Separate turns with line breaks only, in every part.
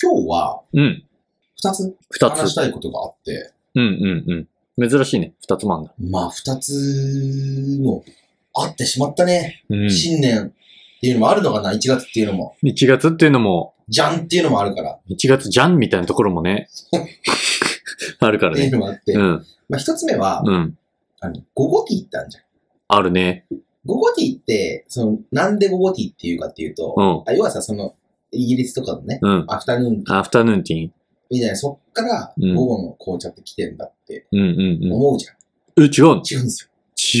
今日は
うん。
2つ
二
話
つ
し。たいことがあって、
うんうんうん。珍しいね。二つもあんだ。
まあ2つもあってしまったね。
うん。1
新年っていうのもあるのかな、1月っていうのも。
月っていうのも、
じゃんっていうのもあるから、っ
1月じゃんみたいなところもね、 あるから
ていうの
ね。
もあって。
うん。
まあ1つ目は、
うん。
あの、ゴゴティーってあるじゃん。
あるね。
ゴゴティーって、その、なんでゴゴティーっていうかっていうと、
うん。
あ要はさ、その、イギリスとかのね、
うん。
アフタヌーン
アフタヌーンティーン。
みたいな、そっから
うん
午後の紅茶って来てんだって
うんうんうん。
思うじゃん。
え、違うの
違うんです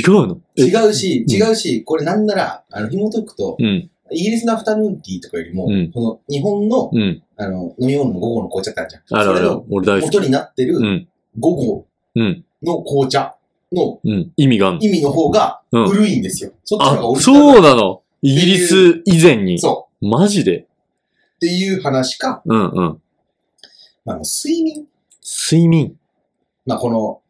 よ。
違うのえ
違うし、
うん
違うし、これなんなら、あの、紐解くと、
うん。
イギリスのアフタヌーンティーとかよりも、
うん
この日本の、
うん。
あの、飲み物の午後の紅茶ってあるじゃん。
あるあ
それ
る
の。
俺大好き
元。になって
う
る
ん。
午後
うん。
の紅茶の
うん。意味があるの
意味の方が
うん
古いんですよ。そっちの
あ
方が、オリジナル
そうなのイギリス以前に。
そ
マジで
う。っていう話か、
うんうん。
まあ、あの睡眠。
睡眠。
まあ、この、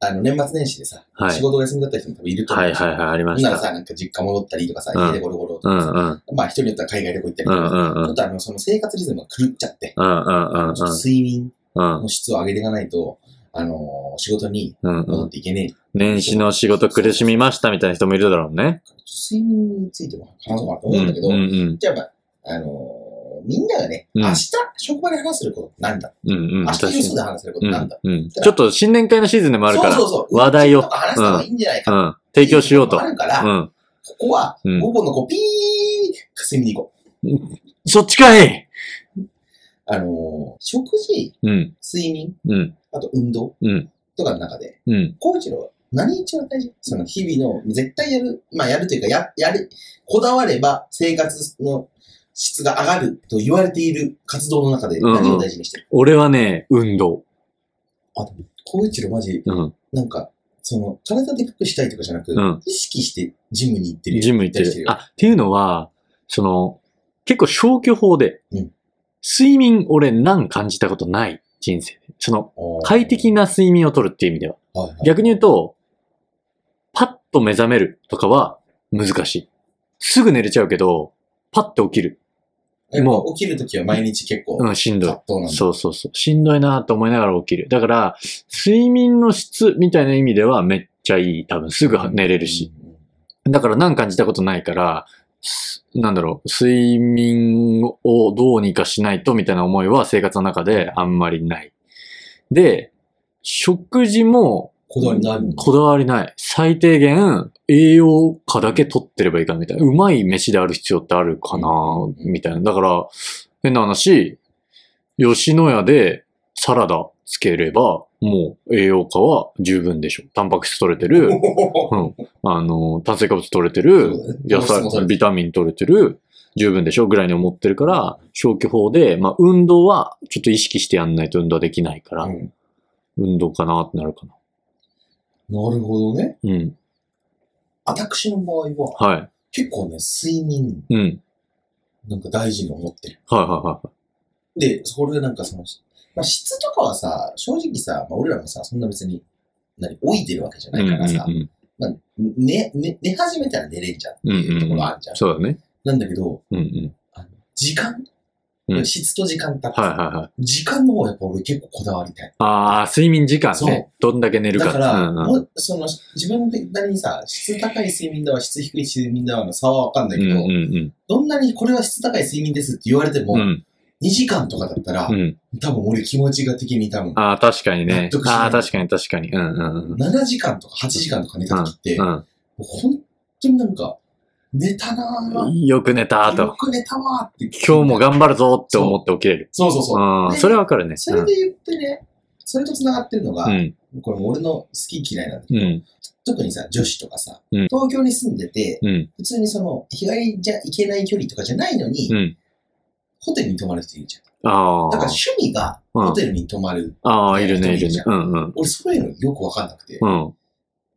あの、年末年始でさ、
はい
仕事お休みだった人も多分いると思
は
う
い
し。
はいはい、ありまし
なら
た。
さ、なんか実家戻ったりとかさ、
うん
家でゴロゴロと
うんう
か
ん。
さ、まあ、人によっては海外旅行行ったり
う
と
ん
か
う
さ、
んう
ちょ
ん
っ。とあの、その生活リズムが狂っちゃって、
うんうんうん
ちょっと睡眠
うん
の質を上げていかないと、あのー仕事に
うんう
戻
ん
っていけねえ。ちょ
年始の仕事苦しみましたみたいな人もいるだろうね。
っと睡眠についても話そうかなと
う
思うん
ん
だけど、
うんうん
じゃあ、まあ、あのーみんながね、
うん
明日、職場で話することなんだ。
うんうん。
明日、
確か
よそ
に
で話せるこ
う
と
ん
なんだ。
うんちょっと新年会のシーズンでもある
そ
から
う、そうそう。
話題を
ちょっと話した方がいいんじゃないか。
うん。提供しようと
あ。るから、
うん。
ここは、
うん
午後のこう、ピー霞みに行こう。
そっちかい
あのー食事、
うん。
睡眠、
うん。
あと運動
うん。
とかの中で、
うん。
コウ一郎は何一番大事その日々の、絶対やる、まあやるというか、や、やる、こだわれば生活の質が上がると言われている活動の中で
うんうん
何を大事にしてる、
俺はね、運動。
コウイチロウマジ、
うん。
なんか、その、体で服したいとかじゃなく、
うん
意識してジムに行ってるよ。
ジム行ってる。
あ、
あ、っていうのは、その、結構消去法で
うん、
睡眠俺何感じたことない人生で。その、快適
な、
な睡眠をとるっていう意味では。
はいはい
逆に言うと、パッと目覚めるとかは難しい。すぐ寝れちゃうけど、パッと起きる。
やっぱ
も
起きるときは毎日結構、
うん、しんどい
葛。藤なんだ。
そうそうそう。しんどいなと思いながら起きる。だから、睡眠の質みたいな意味ではめっちゃいい。多分すぐ寝れるし。
うん。
だから何感じたことないから、すなんだろう、睡眠をどうにかしないとみたいな思いは生活の中であんまりない。で、食事も
こだわりのあるの
こだわりない。最低限、栄養価だけ取ってればいいかなみたいな。うまい飯である必要ってあるかな
うん
みたいな。だから、変な話、吉野家でサラダつければ、もう栄養価は十分でしょ。タンパク質取れてる、うん。あの、炭水化物取れて
そ
る
うだね、
野
糖質も取れて
菜、
る
ビタミン取れてる、十分でしょぐらいに思ってるから、消去法で、まあ、運動はちょっと意識してやんないと運動はできないから、
うん
運動かなってなるかな。
なるほどね。
うん。
私の場合は、
はい。
結構ね、睡眠、
うん。
なんか大事に思ってる。
はいはいはい。
で、それでなんかその、まあ、質とかはさ、正直さ、まあ、俺らもさ、そんな別に、何、老いてるわけじゃないからさ、
うんうん
まあ、寝、寝、寝始めたら寝れんじゃんって
うん
いうところあるじ
う
ゃ
ん
ん。
そうだね。
なんだけど、
うんうん。
時間、
うん
質と時間だって
はいはいはい。
時間の方やっぱ俺結構こだわりたい。
ああ、睡眠時間
そう
ね。どんだけ寝るか。
だから、
うんうん
もうその、自分なりにさ、質高い睡眠だわ、質低い睡眠だわの差はわかんな
う
い
ん
け
う
ど、
ん
どんなにこれは質高い睡眠ですって言われても、
うん。うん
2時間とかだったら、
うん。
多分俺気持ちが的に多分、
ああ、確かに
納
ね
得。しない
ああ、確かに確かに。うんうんうん。
7時間とか8時間とか寝た時って、
うん
もう本当になんか、寝た
う。
なん
よく寝た
ぁ、よ
と。
く寝たわーって。
今日も頑張るぞって思って起きれる。
そうそうそう。
ああ、
で
それはわかるね。
それで言ってね、それと繋がってるのが、
うん。
これも俺の好き嫌いなんだけ
う
ど、
ん。
特にさ、女子とかさ、
うん
東京に住んでて、
うん。
普通にその、日帰りじゃ行けない距離とかじゃないのに、
うん。
ホテルに泊まる人いるじゃん。
あ
だから趣味が
あ。う
ホ
ん
テルに泊まる。
ああ、いるね、いる
いいじ
ね
ゃ。ん
うんうん。
俺そういうのよくわかんなくて、
うん。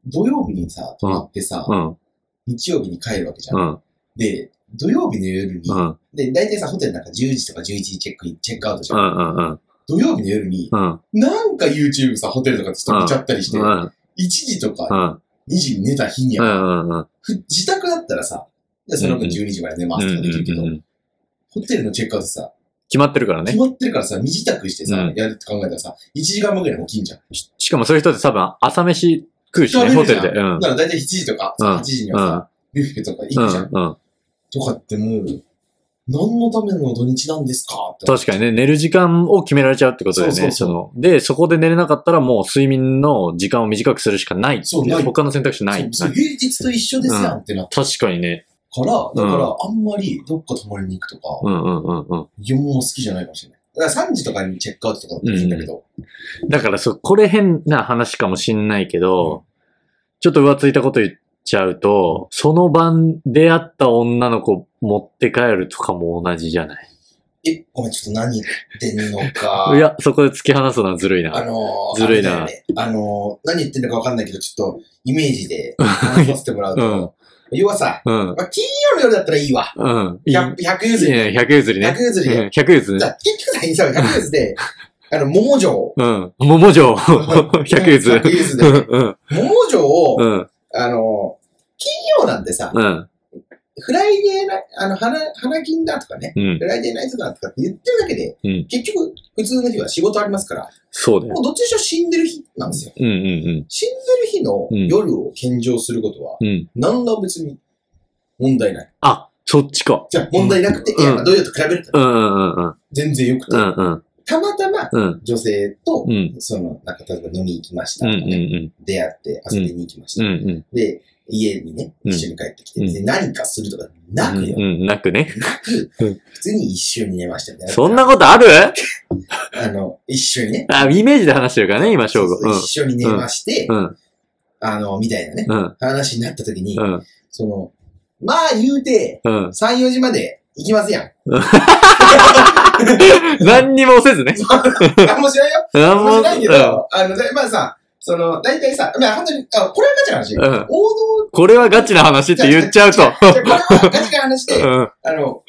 土曜日にさ、泊まってさ、
うん。
日曜日に帰るわけじゃ。
うんん。
で、土曜日の夜に、
うん。
で、大体さ、ホテルなんか10時とか11時チェックイン、チェックアウトじ
う
ゃん。
ん。うん。うん。
土曜日の夜に、
うん。
なんか YouTube さ、ホテルとかでちょっと見ちゃったりして、
うん。うん。
1時と
う
か
ん。
2時に寝た日に
う
は、
ん。うん。
ふ自宅だったらさ、でその分
うんうん
12時まで寝ますとかできるけど、ホテルのチェックアウトさ、
決まってるから
決
ね。
まってるからさ、身支度してさ、
うん
やるって考えたらさ、1時間後ぐらいもう起きんじゃん。
ししかもそういう人って多分朝飯食うしね、
食
ホ
べ
テ
る
ル
じゃ
で。
ん
うん。
だから大体7時とか
うん
8時にはさ、ビュッフェとか
う
行くじゃん
ん。。うん。
とかってもう、何のための土日なんですかって。
確かにね、寝る時間を決められちゃうってことだよね。
そうそう
そので、そこで寝れなかったらもう睡眠の時間を短くするしかないってい。
そうない
他の選択肢ない。
そう
な
そう
い
平日と一緒ですやんってなっ
確かにね。
たから、だか
う
らあんまりどっか泊まりに行くとか、
うんうんうんうん。
4も好きじゃないかもしれない。だから3時とかにチェックアウトとかだったらいいんだけど、
だからそう、これ変な話かもしんないけど、ちょっと浮ついたこと言っちゃうと、その晩出会った女の子持って帰るとかも同じじゃない。
え、ごめん、ちょっと何言ってんのか。
いや、そこで突き放すのはずるい
あ
な。
のー、
ずるいな
あれだよねあのー、何言ってんのかわかんないけど、ちょっと、イメージ で、話させてもらう
うん
と、要はさ、
う
ま
ん。
あ、金曜の夜だったらいいわ。
うん。いい
100, 100譲
い
り。
や100譲りね
100。譲り
うん
で。
100譲り
じゃ
ね。
あ結局さ、さ100譲りで、あの、桃城。
うん。桃城。100譲
100
り。
譲り
う
で。
んうん。
桃城を、
うん。
あのー、金曜なんてさ、
うん。
フライデーな、あの、花、花金だとかね、
うん。
フライデーナイトだとかって言ってるだけで、
うん
結局、普通の日は仕事ありますから、
そうだよ。
もうどっちにしろ死んでる日なんですよ。
うんうん
死んでる日の夜を献上することは、
うん。うん。
何ら別に問題ない。
あ、そっちか。
じゃあ問題なくて、
うん
いや、土曜と比べると
うんうんうんうん。
全然よくて、
うんうん
たまたま
うん。
女性と
う、ん。
その、なんか例えば飲み行きました
うんう
とか
ん
ね、
うん。
出会って遊びに行きました。
うんうん。
で、家にね、
うん
一緒に帰ってきて、
うん
別に何かするとかなくよ。
うんうん、なくね。
なく、
うん
普通に一緒に寝ましたみたいな。
そんなことある
あの、一緒にね。
あ、イメージで話してるからね、今、
そ
翔
う
吾。
そう
うん。
一緒に寝まして、
うん。
あの、みたいなね、
うん。
話になった時に、
うん。
その、まあ言うて、
うん。
3、4時まで行きますやん。
何にもせずね。
何もしないよ。
何
面
も。
白いけ
うん
ど、あの、だまあさ、その、大体さ、まあ本当に、あ、これはガチな話。
うん。
王道
これはガチな話って言っちゃうと
じ。あこれ はガチな話
う
で、
ん。
あの、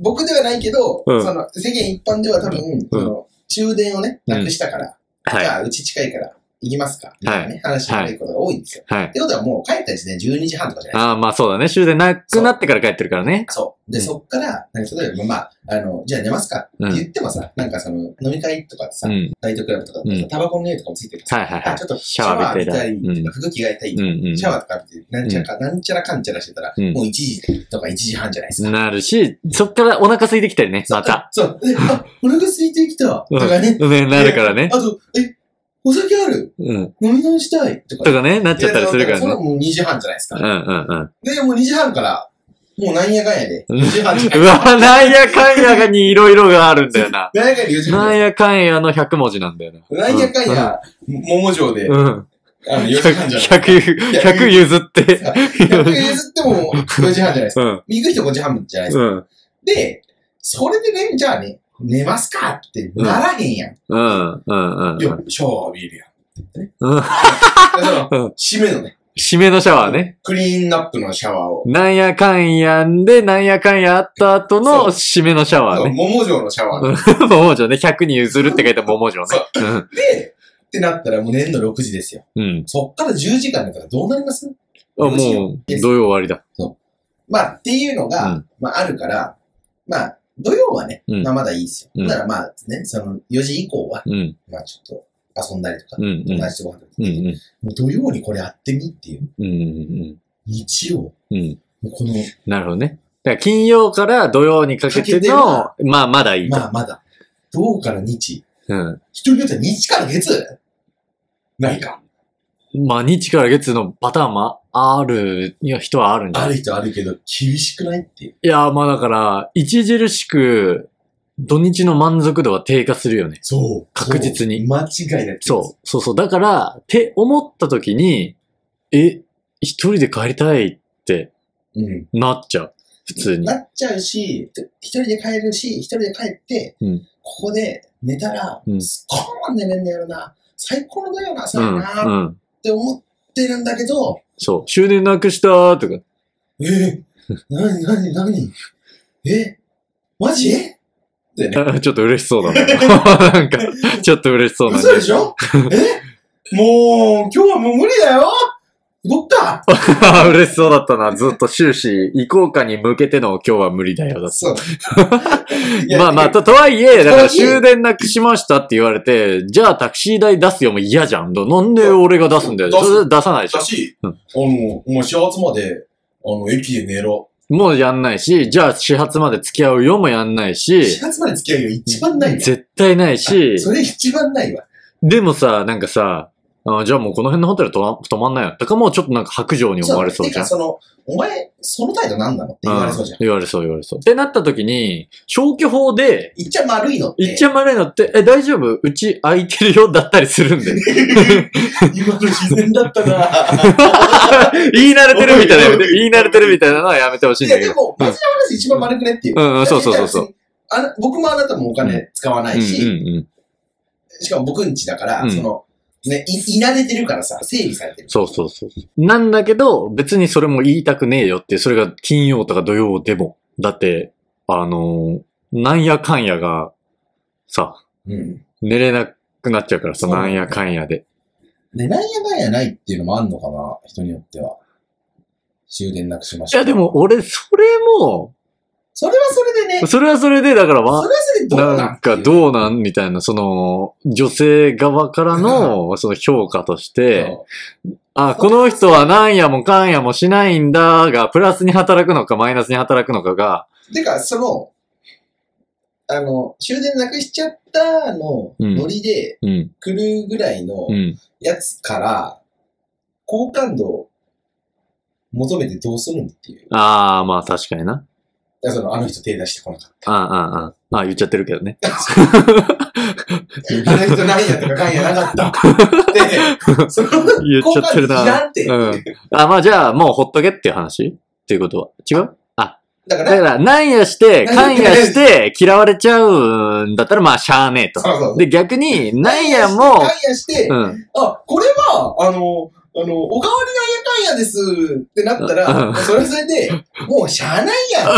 僕ではないけど、
うん
その、世間一般では多分、その、終電をね、
うん
なくしたから、
は
じ
い。
ゃあ、うち近いから、行きますか、みたいなね、話になることが多いんですよ。
はい
っ。てことはもう帰った時点で12時半とかじゃないですか。
ああ、まあそうだね。終電なくなってから帰ってるからね。
そう。で、
うん
そっから、なんか例えば、まあ、あの、じゃあ寝ますか
うん。
って
う
言ってもさ、なんかその、飲み会とかさ、
ん。
ナイトクラブとかだとさ
うん
タバコの匂いとかもついてるからさ
はいはいは
あ
い
ちょっと。
シャワー浴びて
シ
た
ャ
い。
ワ
うん。
とか服着替えたいとか
うん
シャワーとかって、なんちゃらか、なんちゃらかんちゃらしてたら、
うん
もう1時とか1時半じゃないです
う
か。
ん。なるし、そっからお腹空いてきたりね、また。
そう。で、あ、お腹空いてきた。とかね。
ね、なるからね。
あと、え、お酒ある
うん。
飲み直したいとか。
とかね、なっちゃったりするから
それは
ね。
もう2時半じゃないです
う
か
ん。うんうん。
で、もう2時半から、もうなんやかんやで、4時半じゃないう です
わ
か。、
なんやかんやにいろいろがあるんだよな。
なんやかんやで4時
な
半
ん。やかんやの100文字なんだよな。
なんやかんや、桃城で、
うん。
あの、4時半じゃない
100、100譲って。
100譲っても4時半じゃないですか。
うん。
行く人5時半じゃないですか。
うん。
で、それでね、じゃあね、寝ますかってならへんやん。
うん。うん。
いや、シャワー浴びるやん。
うん。
でその
うん
締めのね、
締めのシャワーね。
クリーンアップのシャワーを。
なんやかんやんで、なんやかんやあった後の締めのシャワ
そ
ー
う、
ね。
桃城のシャワー。
桃城ね。100に譲るって書いた桃城ね。
で、ってなったらもう寝んの6時ですよ。
うん。
そっから10時間だからどうなります
うん。あ、もう、土曜終わりだ。
まあ、っていうのが、
うん
まあ、あるから、まあ、土曜はね、
うん
まあ、まだいいですよ。
うん
だからまあ、ね、その4時以降は、
うん。
まあ、ちょっと遊んだりとか、
うん。うん
友。達とご飯とか、
うん。うん。
もう土曜にこれやってみっていう。
うん。
日曜、も
うん。
うこの、
なるほどね。だから金曜から土曜にかけて
かけて
の
は、
まあまだいいと。
まあ、まだ、土から日、
うん。
人によっては日から月ないか。
まあ日から月のパターンもある、いや、人はあるんじゃ
あ
ない
る人はあるけど、厳しくないっていう。
いや、まあだから、著しく土日の満足度は低下するよね。
そう。
確実に
そう間違いない。
そう、そうそう。だから、って思った時に、え、一人で帰りたいって
う。うん。
なっちゃう。普通に
な。っちゃうし、一人で帰るし、一人で帰って、
うん
ここで寝たら、
うん
すっごい寝れんだよな。最高のだよな、
う
さよ
ん、
な、っ
うん。
て思ってるんだけど、
そう。終電なくしたーとか。
えー、なになになにえマジってね。
あちょっと嬉しそ うだな。なんか、ちょっと嬉しそうな
嘘でしょえもう、今日はもう無理だよ戻った
嬉しそうだったな。ずっと終始、移行化に向けての今日は無理だよ。だって
そう。
まあまあ、
と。
と、とはいえ、だから
とはいえ
終電なくしましたって言われて、じゃあタクシー代出すよも嫌じゃん。どなんで俺が出すんだよ。
出す
それ出さないでし
だ
ょ。
し、
う
あ
ん
の、お前始発まで、あの、駅で寝ろ。
もうやんないし、じゃあ始発まで付き合うよもやんない
始
し、
発まで付き合うよ、一番ないわ。
絶対ないし、
それ一番ないわ。
でもさ、なんかさ、あじゃあもうこの辺のホテル泊ま泊まんないよ。とかもうちょっとなんか白状に思われそう
て
じゃん
か、。その、お前、その態度何なのって言われそうじゃん。
うん言われそう言われそう。ってなった時に、消去法で、
いっちゃ丸いのって。
いっち
ゃ、
ゃまれのって、え、大丈夫うち空いてるよだったりす るんで。
今の自然だ ったな
言い慣れてるみたいなやめて、言い慣れてるみたいなのはやめてほしい
い
んだ
や、
け
で
ど。
も、マジな話一番丸くねっていう。
うんうん、そうそうそうそう。
う。あの僕もあなたもお金使わな
うん
いし、
うんうん。
しかも僕んちだから、
うん
その、ね、い、いなれてるからさ、整備されてる。
そうそうそう。なんだけど、別にそれも言いたくねえよって、それが金曜とか土曜でも。だって、あのーなんやかんやが、さ、
うん。
寝れなくなっちゃうから
そ
さ、
う
なんやかんやで。
で、なんやなんやないっていうのもあんのかな、人によっては。終電なくしまし
い
た。
やでも、俺、それも、
それはそれでね、
それはそれで、だからわ
それはそれでどうなん
なんか
う
どうなんみたいな、その、女性側からの、その評価として、あ、この人はなんやもかんやもしないんだが、プラスに働くのかマイナスに働くのかが、
てか、その、あの、終電なくしちゃったの、
うん
ノリで
うん、
来るぐらいの
うん。
やつから、好感度を求めてどうするんっていう。
ああ、まあ確かにな。
だからその、あの人手出してこなかっ
ああ、ああ、ああ、言っちゃってるけ どね。
た。あの人なんやとかかんやなか った。で、その、
言っちゃってる
好感度いら
な。
んって。
うん。あ、まあじゃあ、もうほっとけっていう話っていうことは。違う
だか、
だからら、なんやして、かんやして、嫌われちゃうんだったら、まあ、しゃあねえと
そう。そうそう。
で、逆に、なんやも
なん、やして、
うん。
あ、これは、あの、あの、おかわりなんやかんやですってなった
う
ら、
ん
それはそれで、もうしゃあないやん。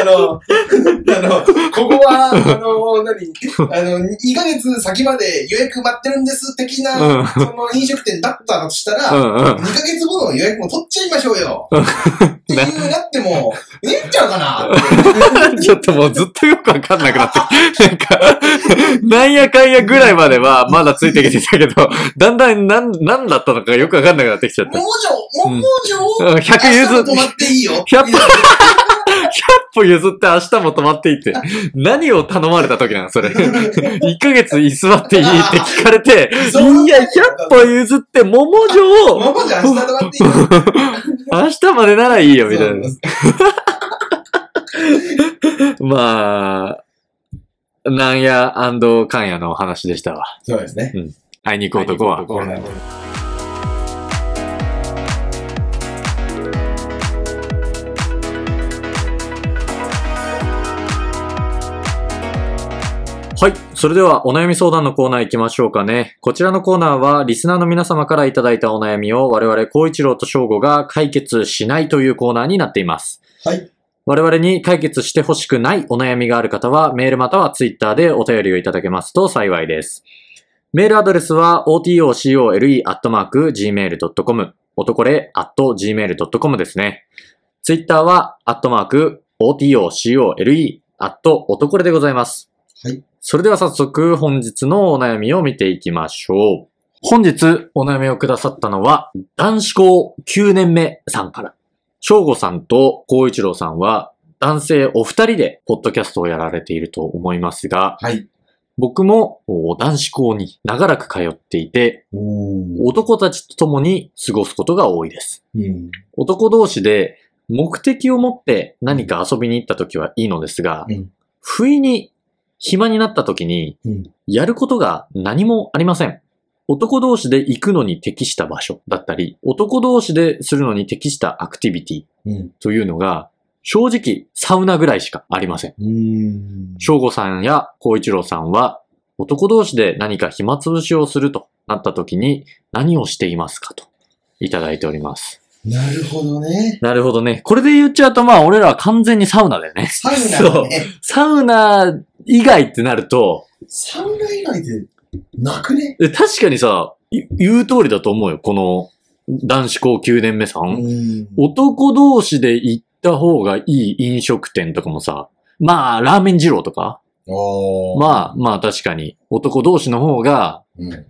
あの、あの、ここは、あの、何、あの、2ヶ月先まで予約待ってるんです的な、
うん
その飲食店だったとした
う
ら、
んうん
2。ヶ月後の予約も取っちゃいましょうよ。 っていうなっても、ええんちゃうかな
ちょっともうずっとよくわかんなくなってきて、なんか、なんやかんやぐらいまではまだついてきてたけど、だんだんなん、なんだったのかよくわかんなくなってきちゃっ
も
た。
うじょ、もうじょ、
うん100
明日も
譲
泊まっていいよ。
100歩、100歩譲って明日も泊まっていいって、何を頼まれた時なの それ。1ヶ月居座っていいって聞かれて、いや、100歩譲って桃城を
ママじゃ明日泊まっていいよ。
明日までならいいよ、みたいな。
そう
まあ、なんやかんやのお話でしたわ。
そうですね。
会いに行く男は。はい。それではお悩み相談のコーナー行きましょうかね。こちらのコーナーはリスナーの皆様からいただいたお悩みを我々光一郎と翔吾が解決しないというコーナーになっています。
はい。
我々に解決してほしくないお悩みがある方はメールまたはツイッターでお便りをいただけますと幸いです。メールアドレスは otocole.gmail.com 男れ .gmail.com ですね。ツイッターは otocole 男れでございます。
はい。
それでは早速本日のお悩みを見ていきましょう。本日お悩みをくださったのは男子校9年目さんから。翔吾さんと光一郎さんは男性お二人でポッドキャストをやられていると思いますが、
はい。
僕もお男子校に長らく通っていて、
お
男たちと共に過ごすことが多いです。
うん。
男同士で目的を持って何か遊びに行った時はいいのですが、
うん
不意に暇になった時に
うん。
やることが何もありません。男同士で行くのに適した場所だったり、男同士でするのに適したアクティビティ
うん。
というのが、正直サウナぐらいしかありません。
うん。
翔吾さんや光一郎さんは、男同士で何か暇つぶしをするとなった時に何をしていますかといただいております。
なるほどね。
なるほどね。これで言っちゃうとまあ俺らは完全にサウナだよね。
サウナね。
サウナ以外ってなると、
サウナ以外でなくね
え確かにさ、い言う通りだと思うよ。この男子校9年目さん。
ん
男同士で行った方がいい飲食店とかもさ、まあ、ラーメン二郎とか、
おー。
まあ、まあ確かに、男同士の方が、
うん。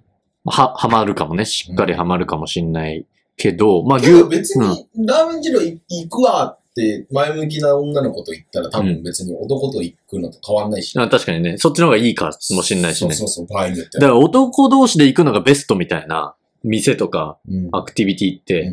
は、はまるかもね。しっかりはまるかもしんないけど、まあ、
けど別
うん
に、ラーメン二郎い行くわって前向きな女の子と言ったら多分別に男と行くのと変わんないし。
あ確かにね、そっちの方がいいかもしんないしね。
そうそうそう、場合によって
だ
は。
から男同士で行くのがベストみたいな店とか
うん
アクティビティっ
う
て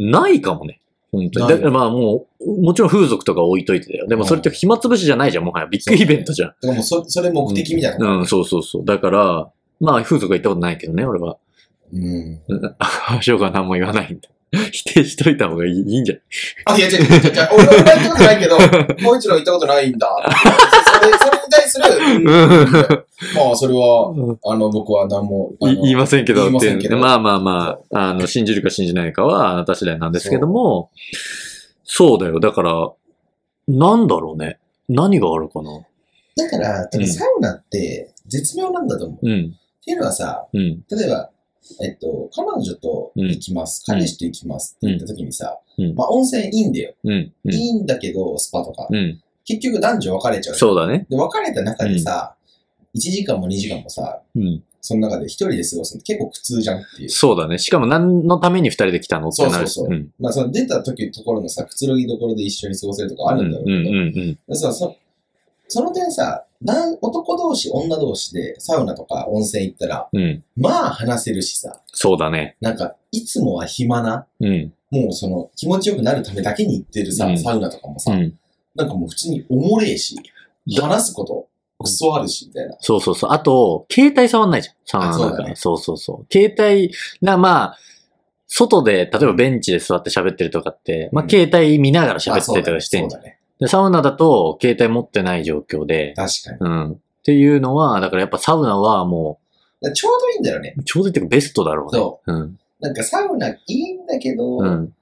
ん
ないかもね。本当に。
ない
だからまあもう、もちろん風俗とか置いといてだよ。でもそれって暇つぶしじゃないじゃん、もはや。ビッグイベントじゃん。
だからもうそ、それ目的みたいな。
うん、そうそうそう。だから、まあ風俗は行ったことないけどね、俺は。
うん。
あ、しょうが何も言わないんだ。 否定しといた方がいいいいんじゃない
あ、いや違う違う違う。俺は行ったことないけど、 もう一郎行ったことないんだ。それ、それに対する、まあそれは、あの、僕は何も、あの
い言いませんけど
言いま
って
せ
い
んけ
う。
ど
まあまあまあ、あの、信じるか信じないかはあなた次第なんですけども、そうだよ。だから、なんだろうね。何があるかな。
だから、多分サウナって絶妙なんだと思う。っ
うん、
ていうのはさ、
うん、
例えば、えっと、彼女と行きます、
うん
彼氏と行きますって言った時にさ、
うん
まあ温泉いいんだよ。
うん、う
い
ん、
いんだけど、スパとか。
うん。
結局男女別れちゃう。
そうだね。
で、別れた中でさ、1時間も2時間もさ、
うん。
その中で一人で過ごすのって結構苦痛じゃんっていう。
そうだね。しかも何のために二人で来たのってなるし。。
そうそううんまあその出た時ところのさ、くつろぎどころで一緒に過ごせるとかあ
う
る
ん、うんん
だろう、
う
けど、
ん、
でさそその点さ、男男同士、女同士でサウナとか温泉行ったら、
うん。うん。
まあ話せるしさ、
そうだね。
なんか、いつもは暇な、
うん、
もうその気持ちよくなるためだけに行ってるさ、
うん
サウナとかもさ、
うん。
なんかもう普通におもれえし、
だ
話すこと、クソあるし、みたいな。
そうそうそう。あと、携帯触んないじゃん。サウナの
あそう
中
だ
で。
ね
そうそうそう。携帯、な、まあ、外で、例えばベンチで座って喋ってるとかって、まあ、
うん
携帯見ながら喋
あ
ってたりしてんじ
そ
ゃん
うだね。
で。サウナだと、携帯持ってない状況で、
そうだね確かに。だか
うん。っていうのは、だからやっぱサウナはも
らちょうどいいんだよね。
う、ちょうどいいっていうかベストだろうね。。
そう
うん。
なんかサウナいいんだけど、
うん。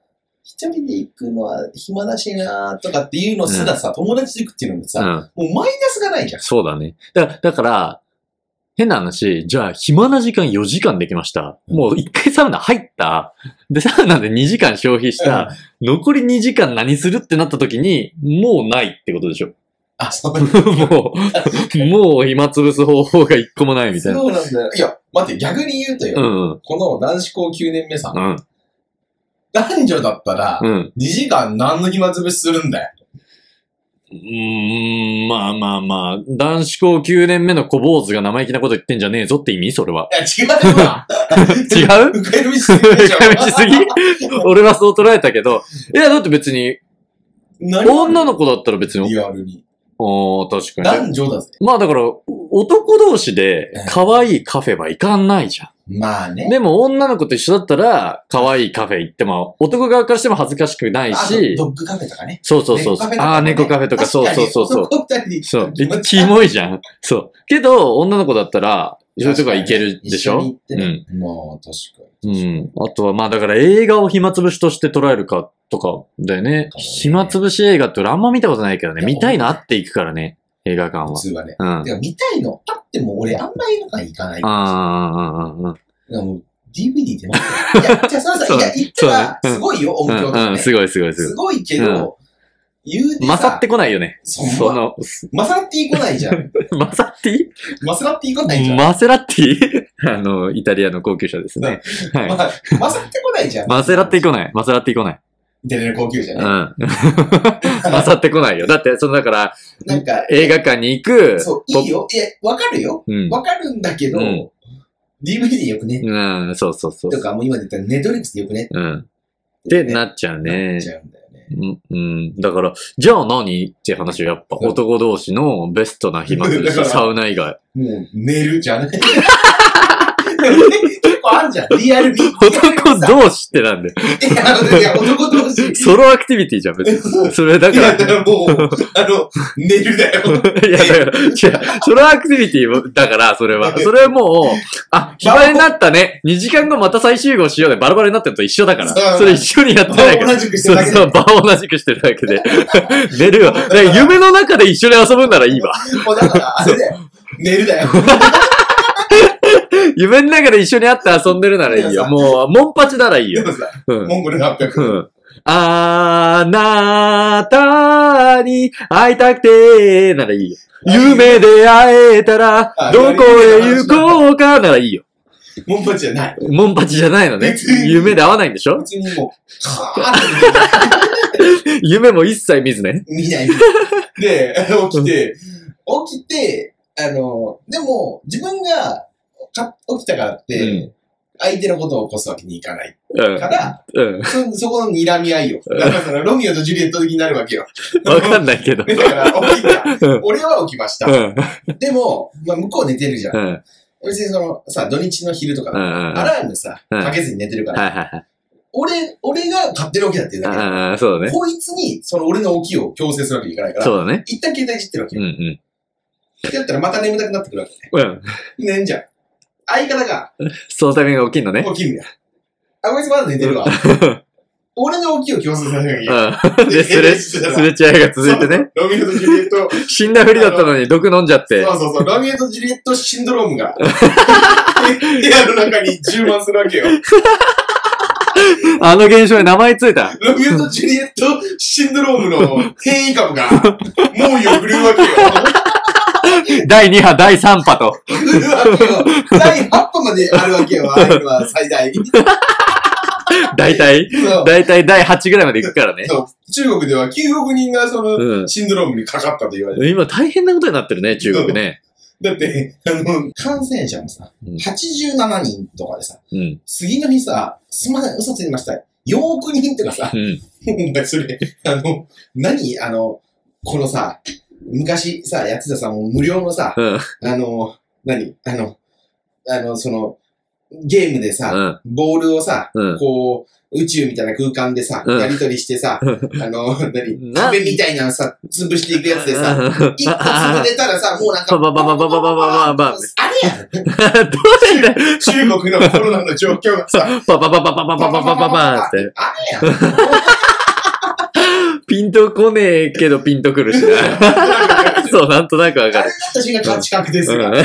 一人で行くのは暇だしなとかっていうのすらさ、友達で行くっていうのも
う
さ、
ん。
もうマイナスがない じゃん。
そうだね。だ、だから、変な話、じゃあ、暇な時間4時間できました。
うん
もう1回サウナ入った。で、サウナで2時間消費した。
うん
残り2時間何するってなった時に、もうないってことでしょ。
あ、そうなんだ。
もう、 もう暇つぶす方法が一個もないみたいな。
そうなんだよ。いや、待って、逆に言うと
う
よ、
んうん。
この男子校9年目さん、
うん。
男女だったら、
うん。
2時間何の暇つぶしするんだよ。
うーん、まあまあまあ、男子校9年目の小坊主が生意気なこと言ってんじゃねえぞって意味それ は。
いや、違うわ。
違う
うかいるみしすぎでしょ。
噛みしすぎ 俺はそう捉えたけど。いや、だって別に、
何
女の子だったら別に、
リアルに。
おー、確かに。
男女だぜ。
まあだから、男同士で可愛いカフェは行かないじゃん。
まあね。
でも女の子と一緒だったら、可愛いカフェ行っても、男側からしても恥ずかしくない
あと
し、
ドッグカフェとかね。
そうそうそうそう。ああー、猫カフェとか、そうそうそうそう。そ。
そう
キモいじゃん。そう。けど、女の子だったら、そういうとこは行けるでしょ
一緒に行ってねまあ、確か
う
に。
ん。あとは、まあだから映画を暇つぶしとして捉えるかとかだよね。
かもね
暇つぶし映画って俺あんま見たことないけどね。
いや
見たいのあっていくからね。映画館
普通はね。
は。うん。
てか、見たいのあっても俺、あんま映画館行かない。
あーあー、あーあー、
いやもう DVD 出ます よ。いや、じゃあ、それさ、いや、言ったら、
そうねうん
すごいよ、音響と
あーうん、
か
うん、
ね。
すごいすごいす
すごいけど、言う
ご
て
い。
さ、
勝ってこないよね。
そ
そ
んな、
の、
勝っていこないじゃ ん。
マサティ
勝っていこないじゃん。
マセラッティ あの、イタリアの高級車ですね。はい。
まあ、勝ってこないじゃん。
マセラって
こ
来ない。マセラって来ない。
ない。出れる高級
う
車
ん。
ね。
マセラって来ないよ。だって、その、だから、
なんか、
映画館に行く。
そう、いいよ。いや、わかるよ。
ポ。うん。
わかるんだけど、
うん
DVD よくね。
うん、そうそうそう。
とか、もう今で言ったら、ネットフリックスでよくね。
うん。って
ね
なっちゃう
な
ね
っ。ちゃうんだよね。
うんうん。だから、じゃあ何って話はやっぱ、
うん
男同士のベストな暇つぶ
だか
し、
ら
サウナ以外。
もう、寝るじゃ ない。結構あんじゃん。リアルに。
男同士ってなんで。
いや、あのいや男同士。
ソロアクティビティじゃ ん、別に。それだ
い
から
や、。だからもう、あの、寝るだよ。
いや、だから、違う。それはアクティビティだから、それは。それはもう、あ、暇になったね。2時間後また再集合しようで、バラバラになってるのと一緒だから。
そう
それ一緒にやってないから。
同じくして
そう
だけだ
そ
よ
う、場を同じくしてるだけで。寝るわ。だから夢の中で一緒に遊ぶんならいいわ。
もうだから、あれだよ。寝るだよ。
夢の中で一緒に会って遊んでるならいいよ。もう、モンパチならいい
で
よ。
もさ、
うん。
モンゴル800。
うん。あなたに会いたくてならいいよ。夢で会えたら、どこへ行こうかならいいよ。
モンパチじゃない。
モンパチじゃないのね
別。に
夢で会わないんでしょ
普通にもう、カーって
夢も一切見ずね。
見 ない。で、起きて、起きて、あの、でも、自分がか起きたからっ
う
て、相手のことを起こすわけにいかない
ん。うん
から、
うん。
そ そこの睨み合いよ。だからそのロミオとジュリエット的になるわけよ。
わかんないけど。
だから、起きた。
うん。
俺は起きました
う。ん。
でも、まあ、向こう寝てるじゃん。
うん。うん。
別にその、さ、土日の昼とか
う
だ、
ん。
ア
はい
ラームさ、
うん
かけずに寝てるから、
はいはい。
俺、俺が勝手に起きたっていうだけだか
ああ、そうだ
ら。
ね。
こいつに、その俺の起きを強制するわけにいかないから、
そうだね。
一旦携帯いじってるわけ
う
よ。
んうん。
ってやったらまた眠たくなってくるわけね。
うん。
寝んじゃん。相方が
そのためが起きんのね。
起きるんだよ。あ、こいつまだ寝てるわ。俺の起きを強制させなきゃい
うん。で、すれ、すれ違いが
け
続いてね。。
ロミオとジュリエット、
死んだふりだったのに毒飲んじゃって
そ。うそうそう、ロミオとジュリエットシンドロームが、部屋の中に充満するわけよ。
あの現象に名前ついた。
ロミオとジュリエットシンドロームの変異株が、猛威を振るうわけよ。
第2波、第3波と。
振るわけよ。第8波まであるわけよ、ああいうのは最大。そ
大体、
う
大体第8ぐらいまで行くからね。
そう中国では9億人がその、
う
シンドロームにかかったと言われてる。
ん。今大変なことになってるね、中国ね。
だって、あの、感染者もさ、
うん
87人とかでさ、
うん。
次の日さ、すみません、嘘ついてました。4億人とかさ
う、ん。
お前それ、あの、何あの、このさ、昔さ、やってたさ、もう無料のさ、
うん。
あの、何あの、あの、その、ゲームで
う
さ、
ん。
ボールをさ、
うん。
こう、宇宙みたいな空間でさ、
うん
やりとりしてさ、あの、何
な
壁みたいなのさ、潰していくやつでさ、一個潰れたらさ、もうなんか、
バババババババババ
あ
バ
れやん
どうしてんだよ
中国のコロナの状況がさ、
バババババババババババって。
あれやん
ピンとこねえけどピンとくるしな。そう、なんとなくわか
あ
る
れ。私が価値格ですが。
うん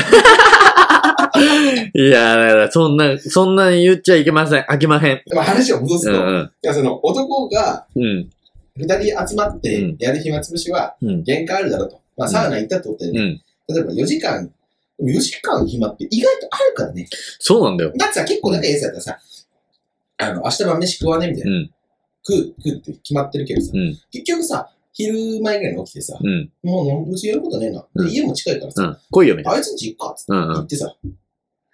いやだから、そんな、そんなに言っちゃいけません。あきまへん。
でも話を戻す
う
と、い
ん
やその男が
うん。うん。
二人集まっ
う
て
ん
やる暇つぶしは
うん。
限界あるだろうと。まあサウナ行ったってことで
う
ね、
ん。
例えば4時間、4時間暇って意外とあるからね。
そうなんだよ。
だってさ、結構仲いいやつやったらさ、あの、明日晩飯食わねみたいうな。
ん。
食う、食うって決まってるけどさ、
うん。
結局さ、昼前ぐらいに起きてさ、
うん。
もう別にやることねえな。
うん
で家も近いから
う
さ、
ん。来いよ、みたい
あいつんち行っかっつって
な。うん
行ってさ、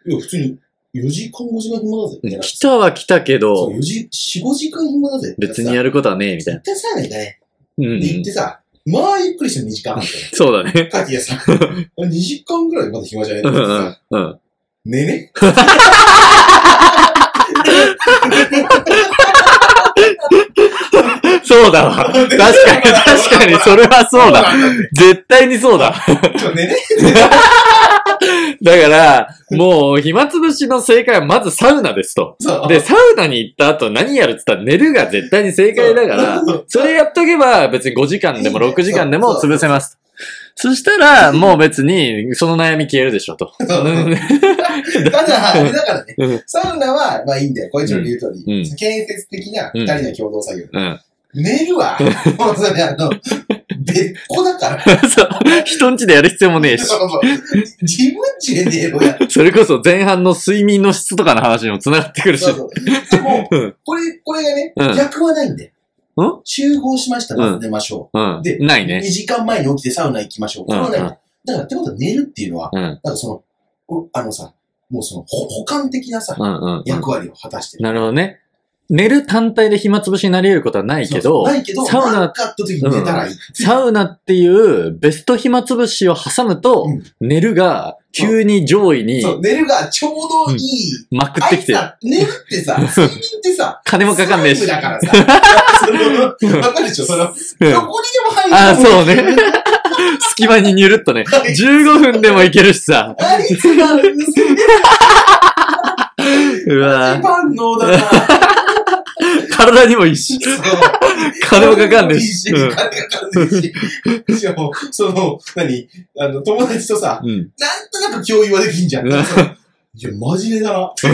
いや、普通に4時間5時間暇だぜ。み
う
たい
ん。
な
来たは来たけ
そ
ど
う、4、時、4、5時間暇だぜ。
別にやることはねえ、みたい
絶対
な。
さないかね。
うんう
で、行っ
ん。
てさ、まあゆっくりして2時間半。
そう だね。
かきでさ、2時 間ぐらいまだ暇じゃない
うん
で
うんうん。
ねね。
そうだ わ。確かに、確かに、それはそうだ。絶対にそうだ。
ちょ、ねね。
だから、もう、暇つぶしの正解はまずサウナですと。
そう。
で、サウナに行った後何やるって言ったら寝るが絶対に正解だから、それやっとけば別に5時間でも6時間でも潰せます。そしたら、もう別に、その悩み消えるでしょ、と。
そうただ、あれだからね
うん、
サウナは、まあいいんだよ。こいつの言う通り、
うん
建設的な2人の共同作業。
うん。
寝るわ。もう それあの、別個だから。
そう。人んちでやる必要もねえ し。
そうそう自分ちで寝ろや。
それこそ前半の睡眠の質とかの話にも繋がってくるし
そ。うそう。でも、
うん。
これ、これがね
うん、
逆はないんで。
ん
集合しました、
うん
まず寝ましょ
うん
で。。
ないう
2
ね。
時間前に起きてサウナ行きましょう。これはない
うんう
だから、ってことは寝るっていうのは、
うん。
なんかその、おあのさ、もうその、ほ補完的なさ、
うんうんうん。
役割を果たしてる。
なるほどね。寝る単体で暇つぶしになり得ることはないけど、
ないけど、
サウナ
なんかあった時に寝たらいい。
サウナっていうベスト暇つぶしを挟むと、
うん
寝るが急に上位に
そう、寝るがちょうどいい。
まくっ
あ
て
い
きて、
さ、寝るって さ、睡眠ってさ、
金もかかんねえし。
だからさ、 そのわかるでしょその、どこ
う
に
ん
でも入る。
あーそうね。隙間にニュるっ とね、15分でもいけるしさ。
あいつが、すげえ
うわー
万能だな。
体にもい いし、金もかかんねえし。
金
う
もかかんねえし。しかも、その、何あの、友達とさ、
ん。うん
なんとなく共有はできんじゃん。
うん
そのいや、マジでだな。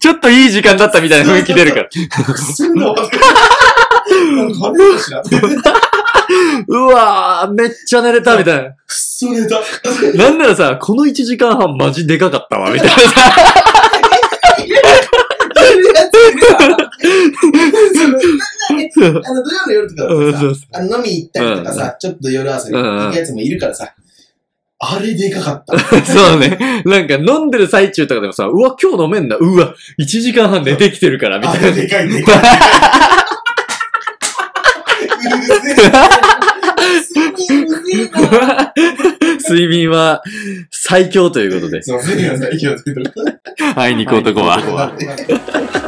ちょっといい時間だったみたいな雰囲気出るから。
くすんだわ。なんかあれかしら。く
うわー、めっちゃ寝れたみたいな。
っそれだ。
なんならさ、この1時間半マジでかかったわ、みたいなさ。
そのあの、土曜の夜とか
う
だ
ん
と
そ
さ、
うそ
あの飲み行ったりとかさ、ちょっと夜遊び行くやつもいるからさ、あれでかかった。
うそうね。なんか飲んでる最中とかでもさ、うわ、今日飲めんな。うわ、1時間半寝てきてるから、みた
あ
いな
れ。 でかいでかい。うるせえうるせえな。
睡眠は最強ということで。
すいません、すいません、行きますけど。
会いに行く男は。
は。